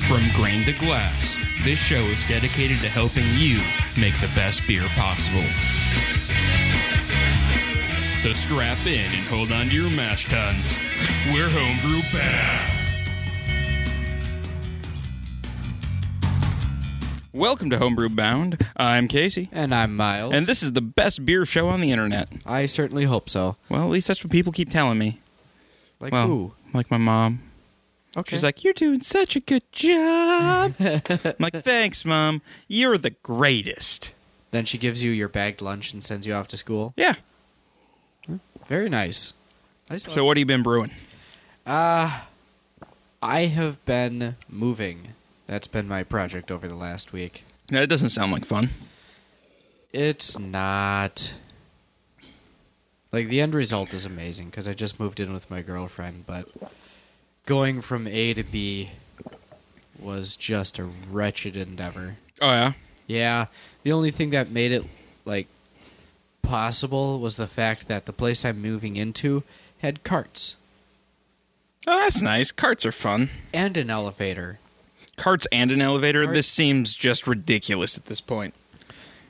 Behind the Glass. This show is dedicated to helping you make the best beer possible. So strap in and hold on to your mash tuns. We're Homebrew Bad. Welcome to Homebrew Bound. I'm Casey, And I'm Miles. and this is the best beer show on the internet. I certainly hope so. Well, at least that's what people keep telling me. Like Well, ooh. like my mom. Okay. She's like, "You're doing such a good job." I'm like, "Thanks, mom. You're the greatest." then she gives you your bagged lunch and sends you off to school. Yeah. Very nice. I still- So, what have you been brewing? I have been moving. That's been my project over the last week. That doesn't sound like fun. It's not like the end result is amazing because I just moved in with my girlfriend, but going from A to B was just a wretched endeavor. Oh yeah. Yeah. The only thing that made it like possible was the fact that the place I'm moving into had carts Oh, that's nice. Carts are fun. and an elevator. Carts and an elevator. Cart- This seems just ridiculous at this point.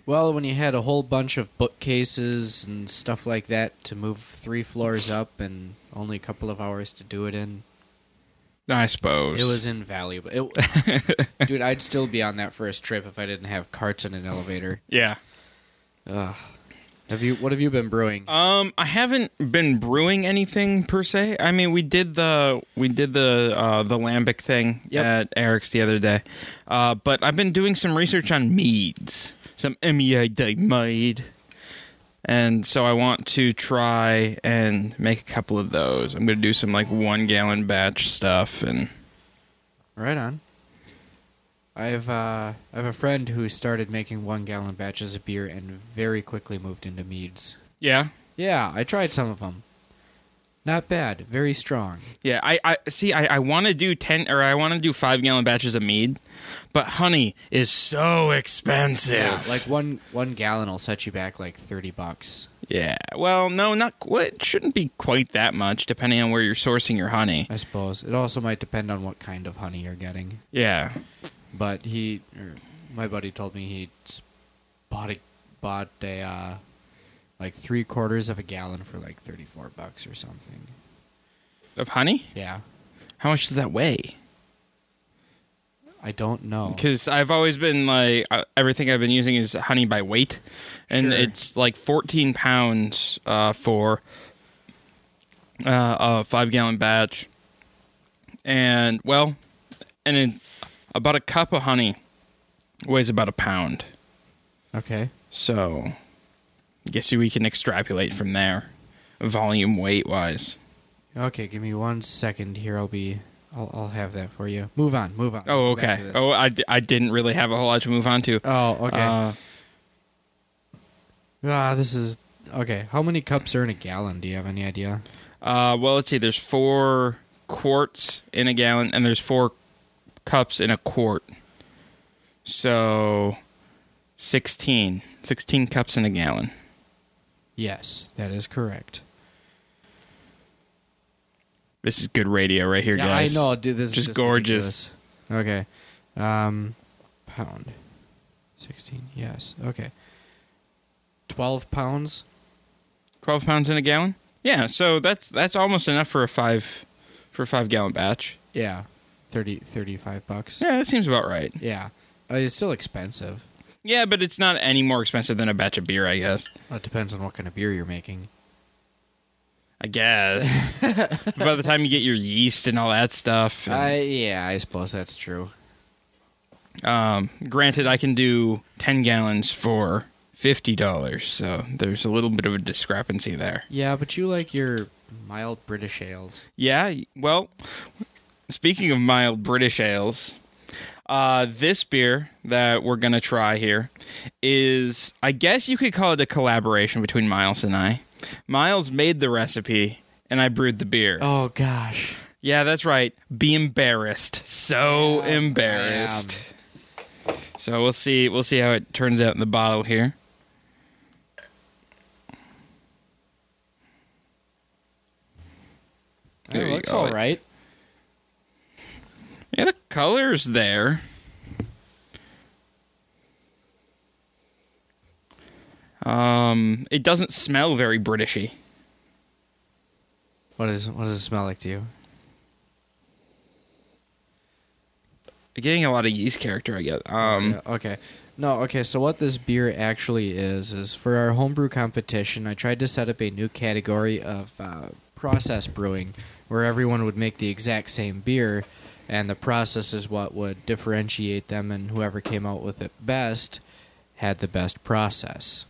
Well, when you had a whole bunch of bookcases and stuff like that to move three floors up and only a couple of hours to do it in, I suppose it was invaluable. It, dude, I'd still be on that first trip if I didn't have carts and an elevator. Yeah. Ugh. Have you? What have you been brewing? Um, I haven't been brewing anything per se. I mean, we did the we did the uh, the lambic thing Yep. at Eric's the other day, uh, but I've been doing some research on meads, some mead mead, and so I want to try and make a couple of those. I'm going to do some like one gallon batch stuff, and Right on. I have uh, I have a friend who started making one gallon batches of beer and very quickly moved into meads. yeah, Yeah, I tried some of them. Not bad, very strong. Yeah, I, I see. I, I want to do ten or I want to do five gallon batches of mead, but honey is so expensive. like one one gallon will set you back like thirty bucks. yeah. Well, no, not qu- it shouldn't be quite that much, depending on where you're sourcing your honey. I suppose it also might depend on what kind of honey you're getting. Yeah, But he, er, my buddy, told me he s- bought a bought a uh, like three quarters of a gallon for like thirty four bucks or something. of honey. Yeah, How much does that weigh? I don't know. Because I've always been like uh, everything I've been using is honey by weight, and Sure. it's like 14 pounds uh, for uh, a five gallon batch, and well, and it, about a cup of honey weighs about a pound. Okay. So, I guess we can extrapolate from there, volume weight wise. Okay, give me one second here. I'll be. I'll, I'll have that for you. Move on. Move on. Oh, Go back to okay. this. Oh, I, d- I didn't really have a whole lot to move on to. Oh, okay. Uh, ah, this is okay. How many cups are in a gallon? Do you have any idea? Uh, well, let's see. There's four quarts in a gallon, and there's four cups in a quart. So, 16. 16 cups in a gallon. Yes, that is correct. This is good radio right here, yeah, guys. I know. Dude, this Just is just gorgeous. ridiculous. Okay. Um, pound. Sixteen. Yes. Okay. Twelve pounds. 12 pounds in a gallon? Yeah, so that's that's almost enough for a 5 for a 5 gallon batch. Yeah. 30, 35 bucks. Yeah, that seems about right. Yeah. Uh, it's still expensive. Yeah, but it's not any more expensive than a batch of beer, I guess. It Uh, depends on what kind of beer you're making. I guess. By the time you get your yeast and all that stuff. and- I yeah, I suppose that's true. Um, granted, I can do 10 gallons for $50, so there's a little bit of a discrepancy there. Yeah, but you like your mild British ales. Yeah, well, speaking of mild British ales, uh, this beer that we're going to try here is, I guess you could call it a collaboration between Miles and I. Miles made the recipe, and I brewed the beer. Oh gosh. Yeah, that's right. Be embarrassed. So Yeah, I am. embarrassed. So we'll see we'll see how it turns out in the bottle here. There it you looks go. all right. Yeah, the color's there. Um, it doesn't smell very Britishy. What is what does it smell like to you? Getting a lot of yeast character, I guess. Um, Yeah, okay. No, okay. So what this beer actually is is for our homebrew competition. I tried to set up a new category of uh, process brewing, where everyone would make the exact same beer, and the process is what would differentiate them, and whoever came out with it best had the best process.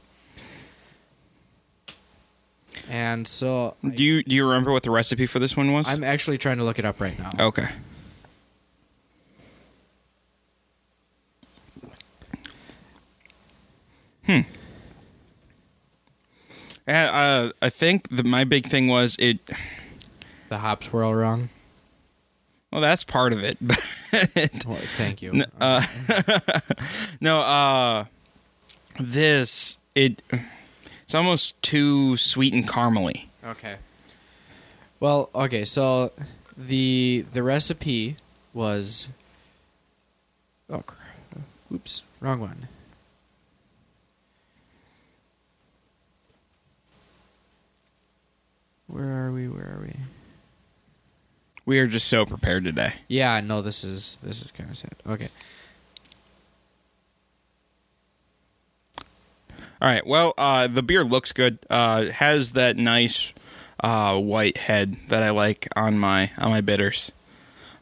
And so, I- Do you do you remember what the recipe for this one was? I'm actually trying to look it up right now. okay. Hmm. Uh, uh, I think the, my big thing was it. The hops were all wrong. Well, that's part of it. but- Well, thank you. N- uh, no, uh, this it it's almost too sweet and caramely. Okay. Well, okay, so the the recipe was oh, cr- oops, wrong one. Where are we? Where are we? We are just so prepared today. Yeah, no, this is this is kind of sad. Okay. All right. Well, uh, the beer looks good. Uh, it has that nice uh, white head that I like on my on my bitters.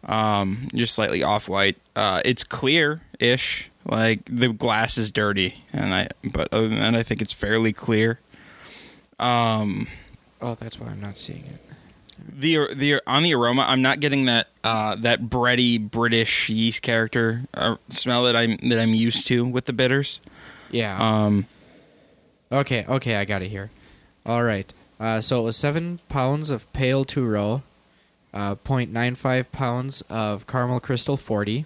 Um, just slightly off white. Uh, it's clear ish. Like the glass is dirty, and I but other than that, I think it's fairly clear. Um, Oh, that's why I'm not seeing it. the the on the aroma, I'm not getting that uh, that bready British yeast character uh, smell that I'm that I'm used to with the bitters. Yeah. Um, Okay, okay, I got it here. All right. Uh, so it was seven pounds of pale Turo, uh, 0.95 pounds of caramel crystal 40,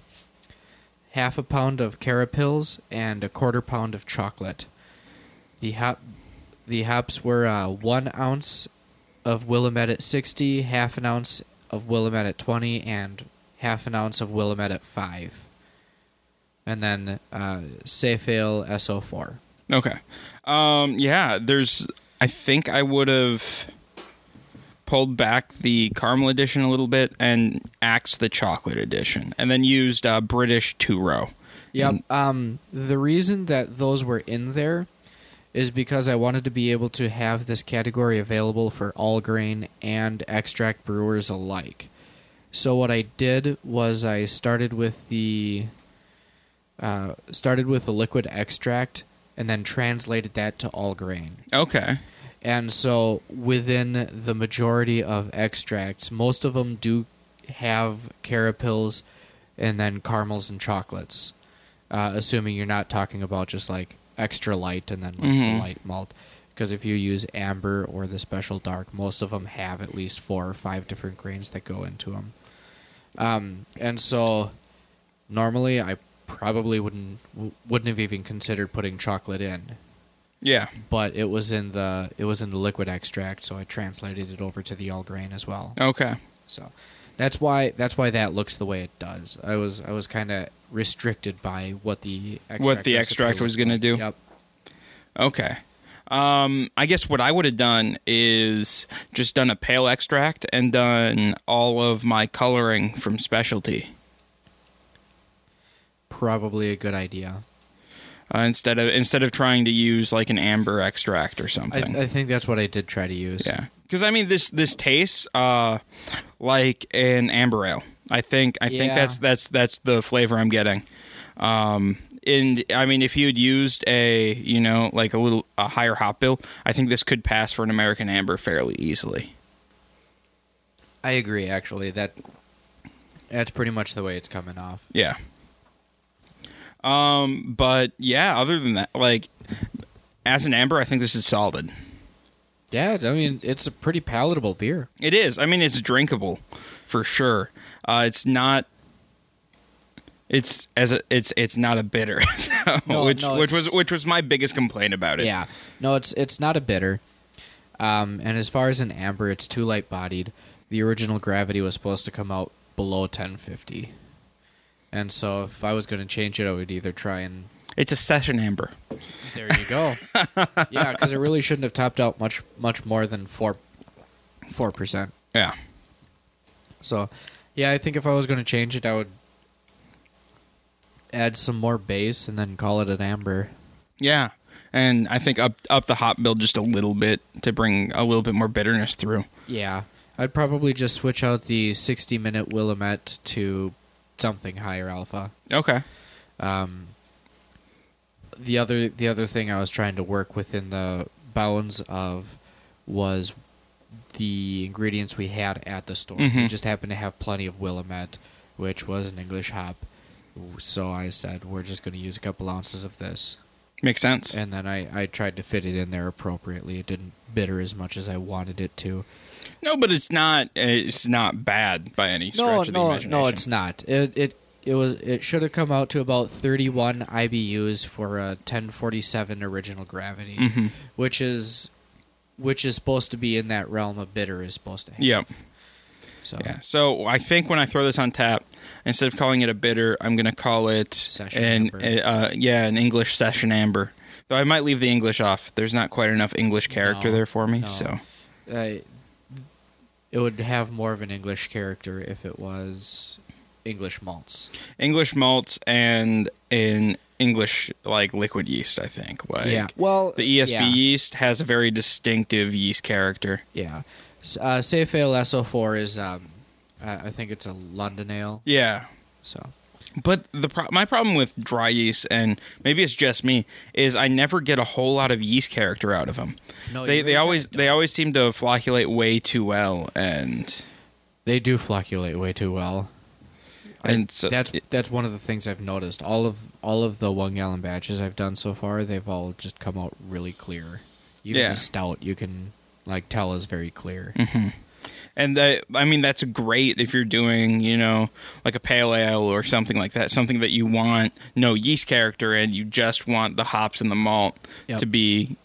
half a pound of carapils, and a quarter pound of chocolate. The hop, the hops were uh, one ounce of Willamette at 60, half an ounce of Willamette at 20, and half an ounce of Willamette at 5. And then uh, Seyfail SO4. Okay. Um, yeah, there's. I think I would have pulled back the caramel edition a little bit and axed the chocolate edition, and then used uh, British two row. Yep. Um, the reason that those were in there is because I wanted to be able to have this category available for all grain and extract brewers alike. So what I did was I started with the uh, started with the liquid extract and then translated that to all grain. Okay. And so within the majority of extracts, most of them do have carapils and then caramels and chocolates, uh, assuming you're not talking about just like extra light and then like Mhm. the light malt. Because if you use amber or the special dark, most of them have at least four or five different grains that go into them. Um, and so normally I probably wouldn't w- wouldn't have even considered putting chocolate in Yeah. but it was in the it was in the liquid extract, so I translated it over to the all grain as well. Okay. So that's why that's why that looks the way it does. I was I was kind of restricted by what the extract What the recipe extract was looked gonna like. do. Yep. Okay. Um, I guess what I would have done is just done a pale extract and done all of my coloring from specialty Probably a good idea. uh, instead of instead of trying to use like an amber extract or I, something. I think that's what I did try to use. Yeah, because I mean this this tastes uh, like an amber ale. I think I think Yeah. that's that's that's the flavor I'm getting. Um, and I mean, if you had used a you know like a little a higher hop bill, I think this could pass for an American amber fairly easily. I agree. Actually, that that's pretty much the way it's coming off. Yeah. Um, but yeah, other than that, like as an amber, I think this is solid. Yeah, I mean it's a pretty palatable beer. It is. I mean, it's drinkable for sure. Uh, it's not. It's as a, it's it's not a bitter, though, No, which no, which it's- was which was my biggest complaint about it. Yeah. No, it's it's not a bitter. Um, and as far as an amber, it's too light bodied. The original gravity was supposed to come out below 1050. And so if I was going to change it, I would either try and It's a session amber. There you go. yeah, because it really shouldn't have topped out much much more than four four percent. Yeah. So, yeah, I think if I was going to change it, I would add some more base and then call it an amber. Yeah. And I think up up the hop build just a little bit to bring a little bit more bitterness through. Yeah, I'd probably just switch out the sixty minute Willamette to something higher alpha. Okay. Um, the other the other thing I was trying to work within the bounds of was the ingredients we had at the store. We Mhm. just happened to have plenty of Willamette, which was an English hop. So I said we're just going to use a couple ounces of this, Makes sense. and then I, I tried to fit it in there appropriately. It didn't bitter as much as I wanted it to. No, but it's not it's not bad by any stretch no, of the no, imagination. no, it's not. It it it was it should have come out to about 31 IBUs for a 1047 original gravity, Mhm. which is which is supposed to be in that realm of bitter is supposed to. Have. Yep. So Yeah. So I think when I throw this on tap, instead of calling it a bitter, I'm going to call it Session an amber. uh, yeah an English session amber. Though I might leave the English off. There's not quite enough English character No, there for me. no. So I- it would have more of an English character if it was English malts. English malts and an English like liquid yeast. I think like yeah. Well, the E ESB yeah. yeast has a very distinctive yeast character. Yeah. S- Uh, Safe Ale SO4 is um, I I think it's a London ale. Yeah. So But the pro- my problem with dry yeast, and maybe it's just me, is I never get a whole lot of yeast character out of them. no, they Oh, you they really always kinda they always seem to flocculate way too well, and They do flocculate way too well. and so That's that's one of the things I've noticed. All of all of the one gallon batches I've done so far, they've all just come out really clear. Even Yeah. Mm-hmm. a stout, you can like tell is very clear. and that, I mean that's great if you're doing you know like a pale ale or something like that, something that you want no yeast character and you just want the hops and the malt Yep. to be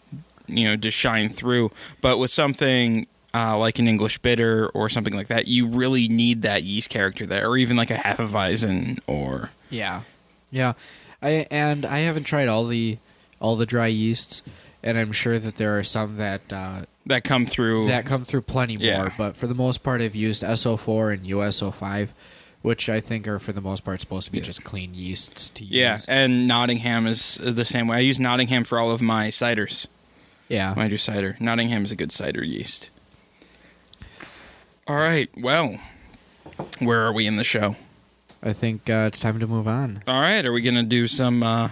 you know to shine through. But with something uh, like an English bitter or something like that, you really need that yeast character there, or even like a Hefeweizen or Yeah, yeah. I and I haven't tried all the all the dry yeasts, and I'm sure that there are some that uh, that come through. that come through plenty more. Yeah. But for the most part, I've used SO4 and USO5, which I think are for the most part supposed to be just clean yeasts to yeah, use. and Nottingham is the same way. I use Nottingham for all of my ciders. Yeah, when I do cider. Nottingham is a good cider yeast. All right. Well, where are we in the show? I think uh, it's time to move on. All right. Are we going to do some. Uh,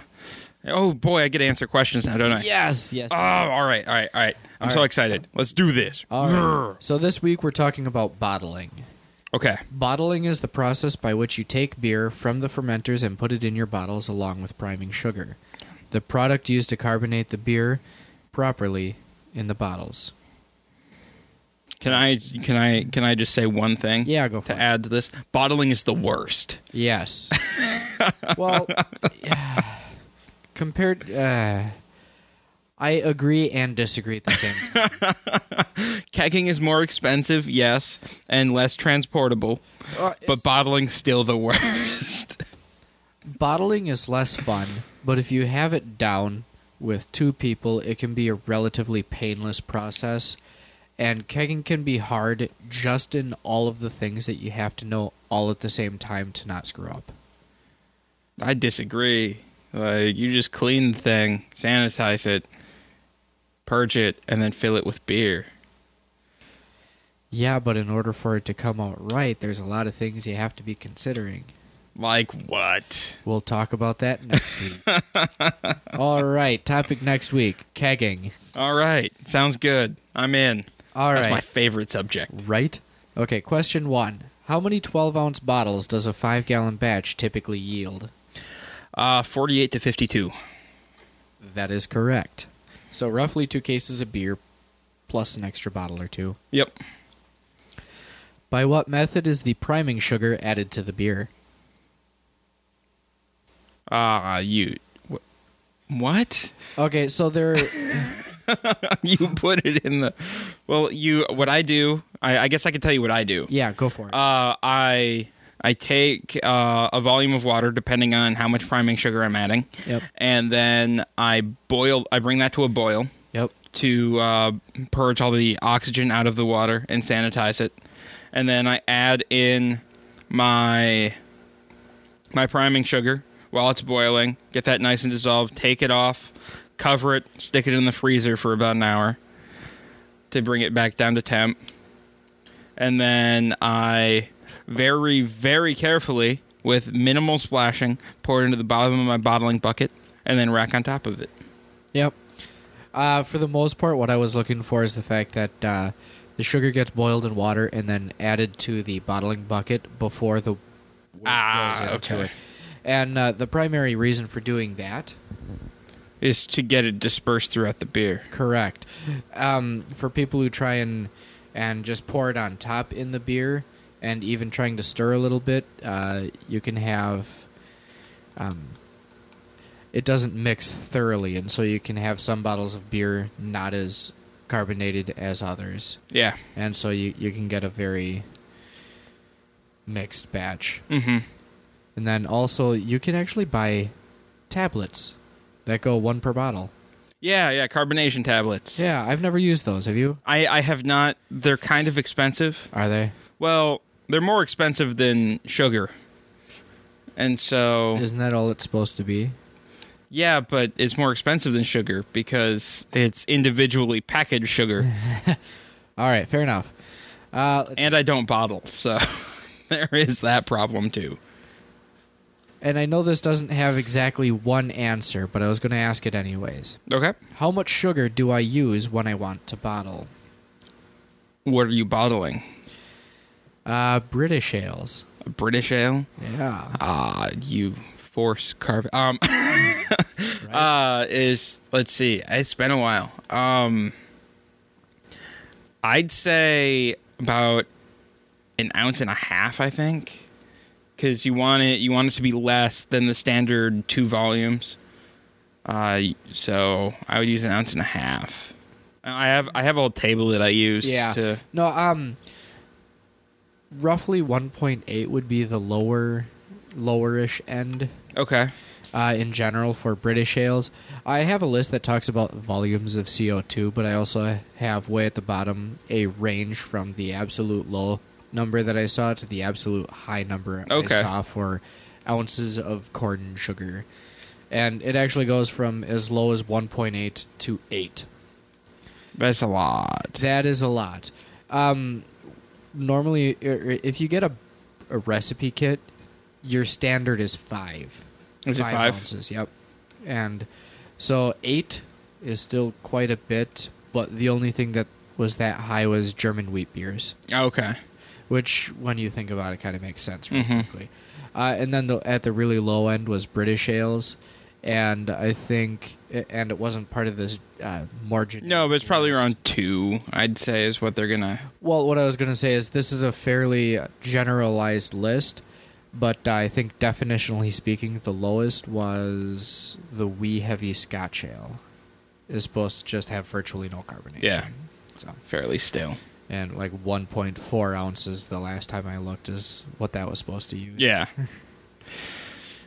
oh, boy. I get to answer questions now, don't I? Yes, yes. Oh, all right. All right. All right. I'm All so right. excited. Let's do this. All right. So this week we're talking about bottling. Okay. Bottling is the process by which you take beer from the fermenters and put it in your bottles along with priming sugar. The product used to carbonate the beer properly in the bottles. Can I can I can I just say one thing? Yeah, go for To it. add to this, bottling is the worst. Yes. well, yeah. compared uh, I agree and disagree at the same time. Kegging is more expensive, yes, and less transportable, Uh, but bottling's still the worst. bottling is less fun, but if you have it down with two people, it can be a relatively painless process. And kegging can be hard just in all of the things that you have to know all at the same time to not screw up. I disagree. Like you just clean the thing, sanitize it, purge it, and then fill it with beer. Yeah, but in order for it to come out right, there's a lot of things you have to be considering. Like what? We'll talk about that next week. all right, topic next week kegging. All right, sounds good. I'm in. All right. That's my favorite subject. Right? Okay, question one. How many 12 ounce bottles does a 5 gallon batch typically yield? Uh, 48 to 52. That is correct. So, roughly two cases of beer plus an extra bottle or two. Yep. By what method is the priming sugar added to the beer? Ah, you. Wh- what? Okay, so there. you put it in the. Well, you. What I do? I, I guess I can tell you what I do. yeah, go for it. Uh, I I take uh, a volume of water, depending on how much priming sugar I'm adding, Yep. and then I boil. I bring that to a boil Yep. to uh, purge all the oxygen out of the water and sanitize it, and then I add in my my priming sugar while it's boiling. Get that nice and dissolved. Take it off, cover it, stick it in the freezer for about an hour to bring it back down to temp, and then I very very carefully with minimal splashing pour it into the bottom of my bottling bucket and then rack on top of it. Yep. Uh, for the most part, what I was looking for is the fact that uh, the sugar gets boiled in water and then added to the bottling bucket before the weight Ah, goes into okay. it. And uh, the primary reason for doing that, is to get it dispersed throughout the beer. correct, um, for people who try and and just pour it on top in the beer, and even trying to stir a little bit, uh, you can have. Um, it doesn't mix thoroughly, and so you can have some bottles of beer not as carbonated as others. Yeah. and so you, you can get a very mixed batch. Mm-hmm. And then also you can actually buy tablets that go one per bottle. Yeah, yeah, carbonation tablets. Yeah, I've never used those. Have you? I, I have not they're kind of expensive. Are they? Well, they're more expensive than sugar. And so Isn't that all it's supposed to be? yeah, but it's more expensive than sugar because it's individually packaged sugar All right, fair enough. Uh, let's- and I don't bottle, so there is that problem too. and I know this doesn't have exactly one answer, but I was going to ask it anyways. Okay. How much sugar do I use when I want to bottle? What are you bottling? Uh, British ales. A British ale? Yeah. Ah, you force carve. Um, uh, is let's see. It's been a while. Um, I'd say about an ounce and a half. I think because you want it. You want it to be less than the standard two volumes. Uh, so I would use an ounce and a half. Uh, I have I have a whole table that I use. Yeah. To, No, um roughly 1.8 would be the lower lowerish end okay. uh, in general for British ales. I have a list that talks about volumes of CO2, but I also have way at the bottom a range from the absolute low number that I saw to the absolute high number Okay. I saw for ounces of corn sugar. And it actually goes from as low as 1.8 to 8. That's a lot. That is a lot. Um, normally, i- i- if you get a, a recipe kit, your standard is five. Is it five? ounces? Yep. And so eight is still quite a bit, but the only thing that was that high was German wheat beers, Oh, Okay. which, when you think about it, kind of makes sense really Mhm. quickly. Uh, and then the, at the really low end was British ales, and I think, and it wasn't part of this uh, margin. No, but it's probably list. around two. I'd say is what they're gonna. Well, what I was going to say is this is a fairly generalized list, but I think definitionally speaking, the lowest was the wee heavy Scotch ale. Is supposed to just have virtually no carbonation. Yeah. So, fairly still. and like 1.4 ounces the last time I looked is what that was supposed to use. Yeah.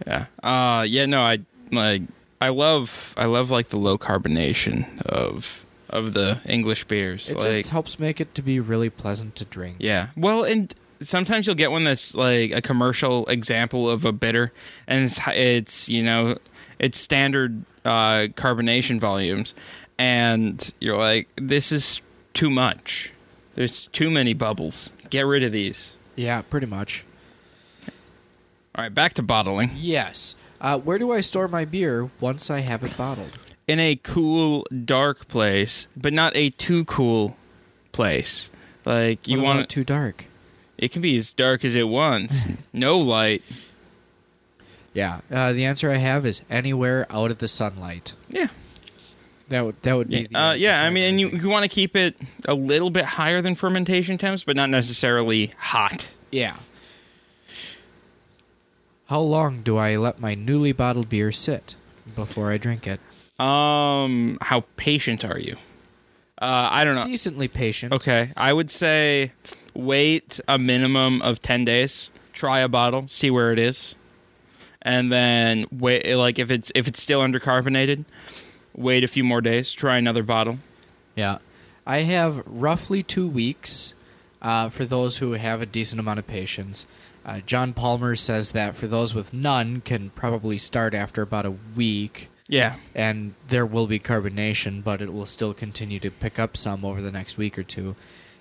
yeah. Uh yeah, no, I like I love I love like the low carbonation of of the English beers. It like just helps make it to be really pleasant to drink. Yeah. Well, and sometimes you'll get one that's like a commercial example of a bitter and it's it's, you know, it's standard uh carbonation volumes and you're like this is too much. There's too many bubbles. Get rid of these. Yeah, pretty much. All right, back to bottling. Yes. Uh, where do I store my beer once I have it bottled? in a cool, dark place, but not a too cool place. Like you What want about too dark? it can be as dark as it wants. no light. Yeah. Uh, the answer I have is anywhere out of the sunlight. Yeah. That would that would Yeah. be. The Uh, yeah. I mean, and you you want to keep it a little bit higher than fermentation temps, but not necessarily hot. Yeah. How long do I let my newly bottled beer sit before I drink it? Um, how patient are you? Uh, I don't know. Decently patient. Okay, I would say wait a minimum of ten days. try a bottle, see where it is, and then wait. Like if it's if it's still undercarbonated, wait a few more days, try another bottle. Yeah. I have roughly two weeks uh, for those who have a decent amount of patience. Uh, John Palmer says that for those with none can probably start after about a week, Yeah, and there will be carbonation, but it will still continue to pick up some over the next week or two.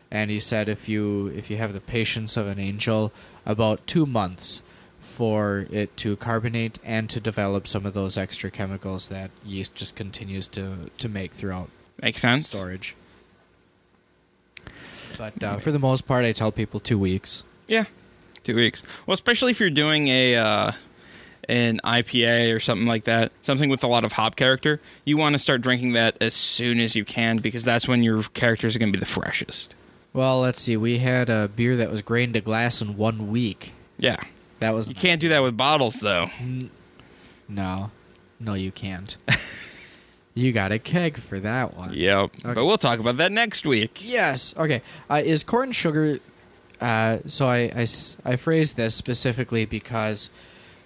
And he said if you if you have the patience of an angel, about two months for it to carbonate and to develop some of those extra chemicals that yeast just continues to, to make throughout makes sense. storage. But uh, for the most part, I tell people two weeks. Yeah, two weeks. Well, especially if you're doing a uh, an IPA or something like that, something with a lot of hop character, you want to start drinking that as soon as you can because that's when your characters are going to be the freshest. Well, let's see. We had a beer that was grained to glass in one week. Yeah, That was you can't do that with bottles though. no, no, you can't. you got a keg for that one. Yep. But we'll talk about that next week. Yes. Okay. Uh, is corn sugar? Uh, so I, I s- I phrased this specifically because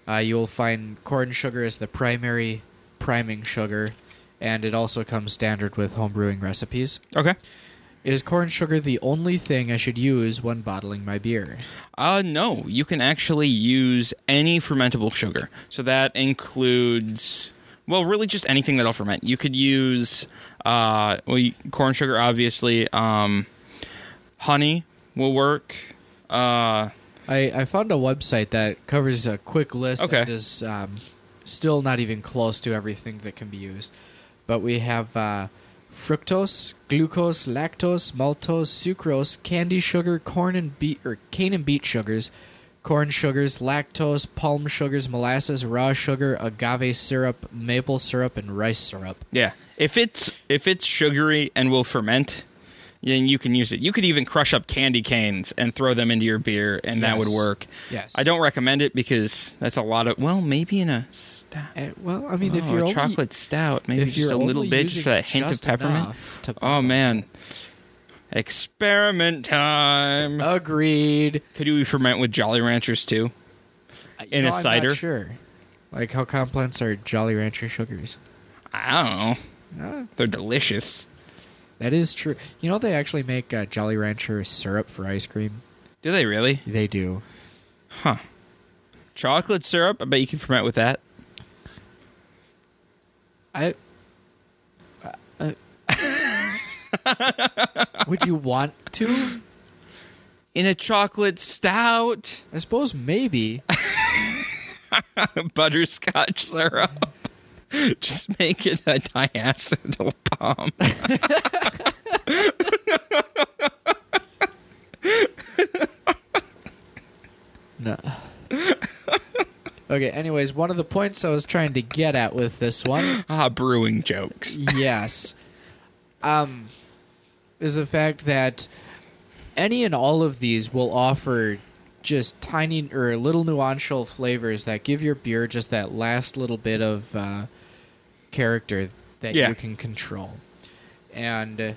uh, you'll find corn sugar is the primary priming sugar, and it also comes standard with home brewing recipes. Okay. Is corn sugar the only thing I should use when bottling my beer? Uh, no, you can actually use any fermentable sugar. So that includes, well, really just anything that'll ferment. You could use, uh, well, you- corn sugar, obviously. Um, honey will work. Uh, I, I found a website that covers a quick list Okay. and is um, still not even close to everything that can be used. But we have uh, fructose, glucose, lactose, maltose, sucrose, candy sugar, corn and beet or cane and beet sugars, corn sugars, lactose, palm sugars, molasses, raw sugar, agave syrup, maple syrup, and rice syrup. yeah. If it's if it's sugary and will ferment, then you can use it. You could even crush up candy canes and throw them into your beer, and that would Yes. work. Yes. I don't recommend it because that's a lot of. Well, maybe in a stout. Uh, well, I mean, if Oh, you're a only- chocolate stout, maybe if you're just a little only bit using for that hint of just peppermint. enough to- Oh man, experiment time! Agreed. Could you ferment with Jolly Ranchers too? In No, a I'm not cider? sure. Like how complex are Jolly Rancher sugars? I don't know. They're delicious. That is true. You know they actually make uh, Jolly Rancher syrup for ice cream. Do they really? They do. Chocolate syrup? I bet you can ferment with that. I. Uh, would you want to? In a chocolate stout, I suppose maybe. butterscotch syrup. Just make it a diacetyl bomb. No. Okay. Anyways, one of the points I was trying to get at with this one Ah, brewing jokes. yes. Um, is the fact that any and all of these will offer just tiny or little nuancial flavors that give your beer just that last little bit of uh, character that Yeah. you can control. And, uh,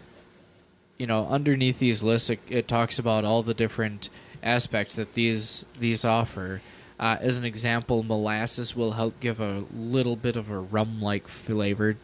you know, underneath these lists, it, it talks about all the different aspects that these these offer. Uh, as an example, molasses will help give a little bit of a rum-like flavor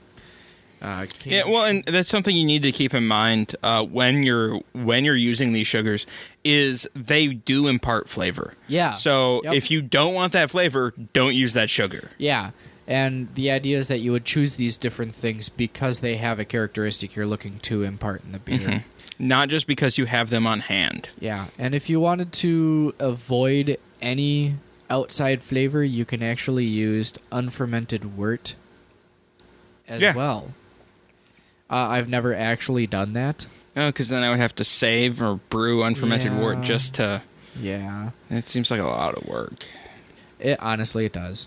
uh, cane Yeah, well, and that's something you need to keep in mind uh, when you're when you're using these sugars is they do impart flavor. Yeah. So Yep. if you don't want that flavor, don't use that sugar. yeah, and the idea is that you would choose these different things because they have a characteristic you're looking to impart in the beer. Mm-hmm. Not just because you have them on hand. Yeah, and if you wanted to avoid any outside flavor, you can actually use unfermented wort as Yeah. well. Uh, I've never actually done that. Oh, because then I would have to save or brew unfermented Yeah. wort just to. Yeah, It seems like a lot of work. it honestly it does,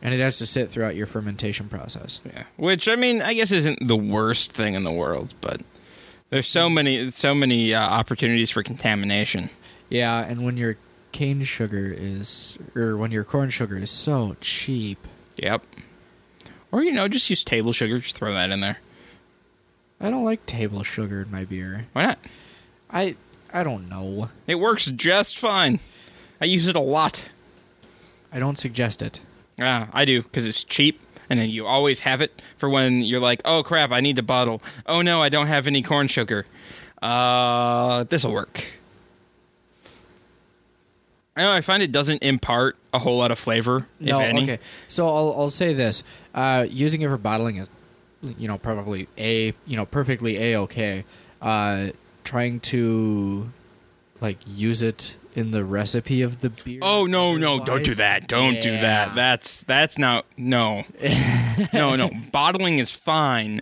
and it has to sit throughout your fermentation process. Yeah. Which I mean, I guess isn't the worst thing in the world, but there's so many so many uh, opportunities for contamination. Yeah, and when your cane sugar is, or when your corn sugar is so cheap, Yep. Or you know, just use table sugar. Just throw that in there. I don't like table sugar in my beer. Why not? I I don't know. It works just fine. I use it a lot. I don't suggest it. Ah, I do because it's cheap, and then you always have it for when you're like, "Oh crap, I need a bottle." Oh no, I don't have any corn sugar. Uh, this will work. I know I find it doesn't impart a whole lot of flavor, no, if any. okay. So I'll I'll say this: uh, using it for bottling is, you know, probably a you know perfectly a okay. Uh, trying to, like, use it in the recipe of the beer. Oh no, no, don't do otherwise- that. Don't do Yeah. that. That's that's not no. no, no. Bottling is fine.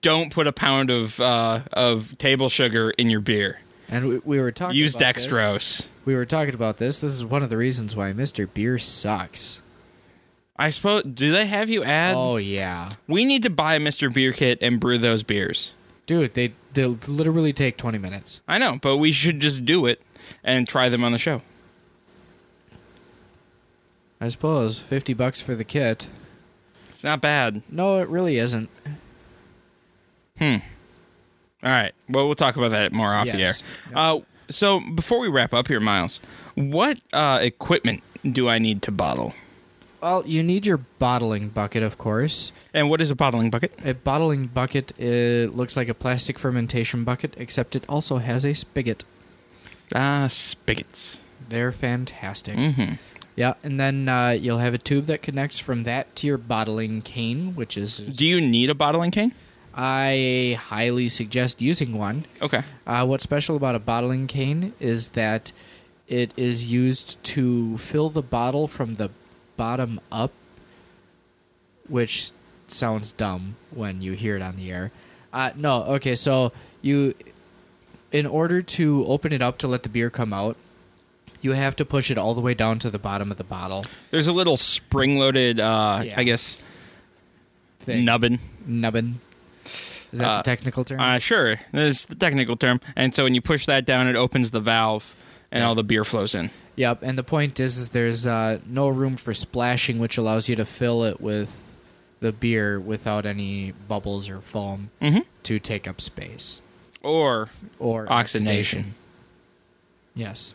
Don't put a pound of uh of table sugar in your beer. And we, we were talking. Use about this. dextrose. We were talking about this. This is one of the reasons why Mister Beer sucks. I suppose do they have you add oh yeah, We need to buy a Mr. Beer kit and brew those beers. dude. They they literally take twenty minutes. I know, but we should just do it and try them on the show. I suppose fifty bucks for the kit. It's not bad. No, it really isn't. All right. Well, we'll talk about that more off Yes. the air. Uh, so before we wrap up here, Miles, what uh, equipment do I need to bottle? Well, you need your bottling bucket, of course. And what is a bottling bucket? A bottling bucket it looks like a plastic fermentation bucket, except it also has a spigot. Ah, spigots. They're fantastic. Mm-hmm. Yeah, and then uh, you'll have a tube that connects from that to your bottling cane, which is Do you need a bottling cane? I highly suggest using one. Okay. Uh, what's special about a bottling cane is that it is used to fill the bottle from the bottom up, which sounds dumb when you hear it on the air. Uh, no, okay, so you, in order to open it up to let the beer come out, you have to push it all the way down to the bottom of the bottle. There's a little spring-loaded, uh, Yeah. I guess, Thing. nubbin. Nubbin. Is that Uh, the technical term? Uh, sure, that's the technical term. And so when you push that down, it opens the valve, and all the beer flows in. Yep, and the point is, is there's uh, no room for splashing, which allows you to fill it with the beer without any bubbles or foam Mhm. to take up space Or or Oxidation. oxidation. Yes.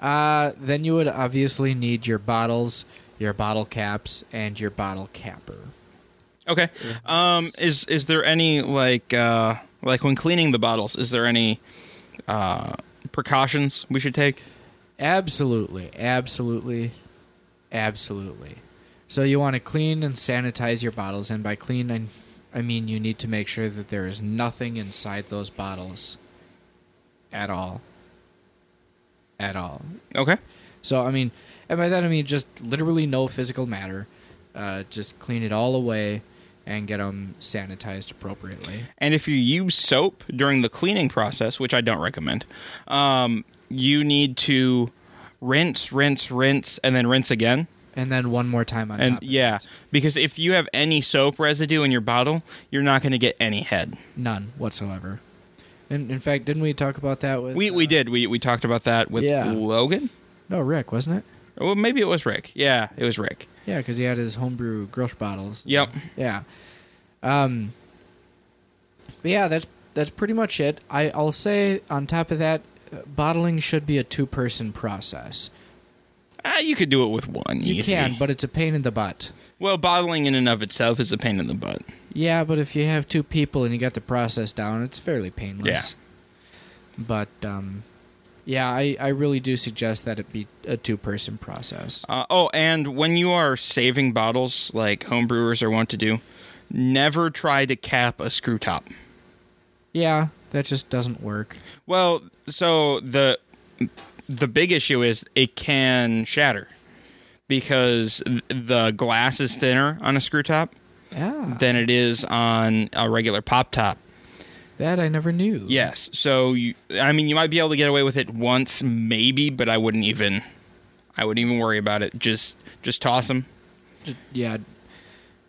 Uh, then you would obviously need your bottles, your bottle caps, and your bottle capper. okay, um, is is there any like uh, like when cleaning the bottles? Is there any uh, precautions we should take? Absolutely, absolutely, absolutely. So you want to clean and sanitize your bottles, and by clean, I, I mean you need to make sure that there is nothing inside those bottles, at all. At all. Okay, So I mean, and by that I mean just literally no physical matter. Uh, just clean it all away, and get them sanitized appropriately. and if you use soap during the cleaning process, which I don't recommend, um, you need to rinse, rinse, rinse, and then rinse again. And then one more time on And top. of yeah, it. because if you have any soap residue in your bottle, you're not going to get any head. none whatsoever. And in fact, didn't we talk about that with We we uh, did. We we talked about that with Yeah. Logan. No, Rick, wasn't it? Well, maybe it was Rick. Yeah, it was Rick. Yeah, because he had his homebrew Grosh bottles. Yep. Yeah. Um. But yeah, that's that's pretty much it. I I'll say on top of that, uh, bottling should be a two person process. Ah, you could do it with one. You easy. can, but it's a pain in the butt. well, bottling in and of itself is a pain in the butt. Yeah, but if you have two people and you got the process down, it's fairly painless. Yeah. But um, yeah, I I really do suggest that it be a two person process. Uh, oh, and when you are saving bottles, like homebrewers are wont to do, never try to cap a screw top. Yeah, that just doesn't work. Well, so the the big issue is it can shatter because th- the glass is thinner on a screw top Yeah, than it is on a regular pop top. that I never knew. Yes. So you, I mean, you might be able to get away with it once, maybe, but I wouldn't even, I wouldn't even worry about it. Just, just toss them. Just- yeah.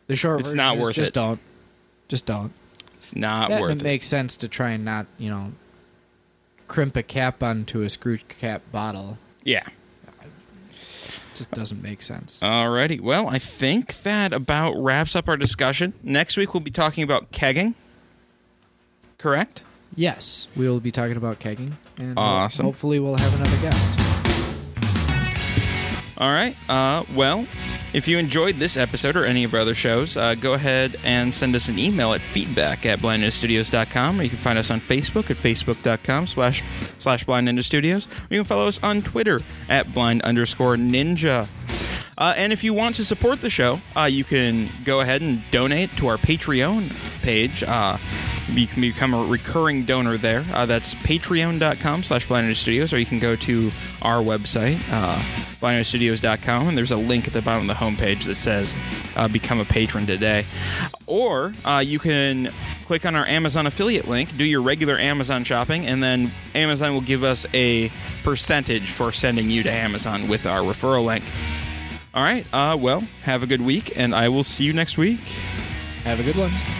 The short It's version not is worth just it. don't. Just don't. It's not that worth it. makes sense to try and not, you know, crimp a cap onto a screw cap bottle. Yeah. Just doesn't make sense. Uh. Alrighty. Well, I think that about wraps up our discussion. Next week we'll be talking about kegging. Correct. yes, we will be talking about kegging, and ho- Awesome. hopefully we'll have another guest. All right. Uh, well, if you enjoyed this episode or any of our other shows, uh, go ahead and send us an email at feedback at blindninjastudios.com, or you can find us on Facebook at facebook.com slash slash blind ninja studios, or you can follow us on Twitter at blind underscore ninja. Uh, and if you want to support the show, uh, you can go ahead and donate to our Patreon page. Uh, you can become a recurring donor there. Uh, that's patreon.com slash Blind Ninja Studios, or you can go to our website, uh, blindninjastudios.com, and there's a link at the bottom of the homepage that says uh, Become a Patron Today. Or uh, you can click on our Amazon affiliate link, do your regular Amazon shopping, and then Amazon will give us a percentage for sending you to Amazon with our referral link. All right. Uh, well, have a good week, and I will see you next week. Have a good one.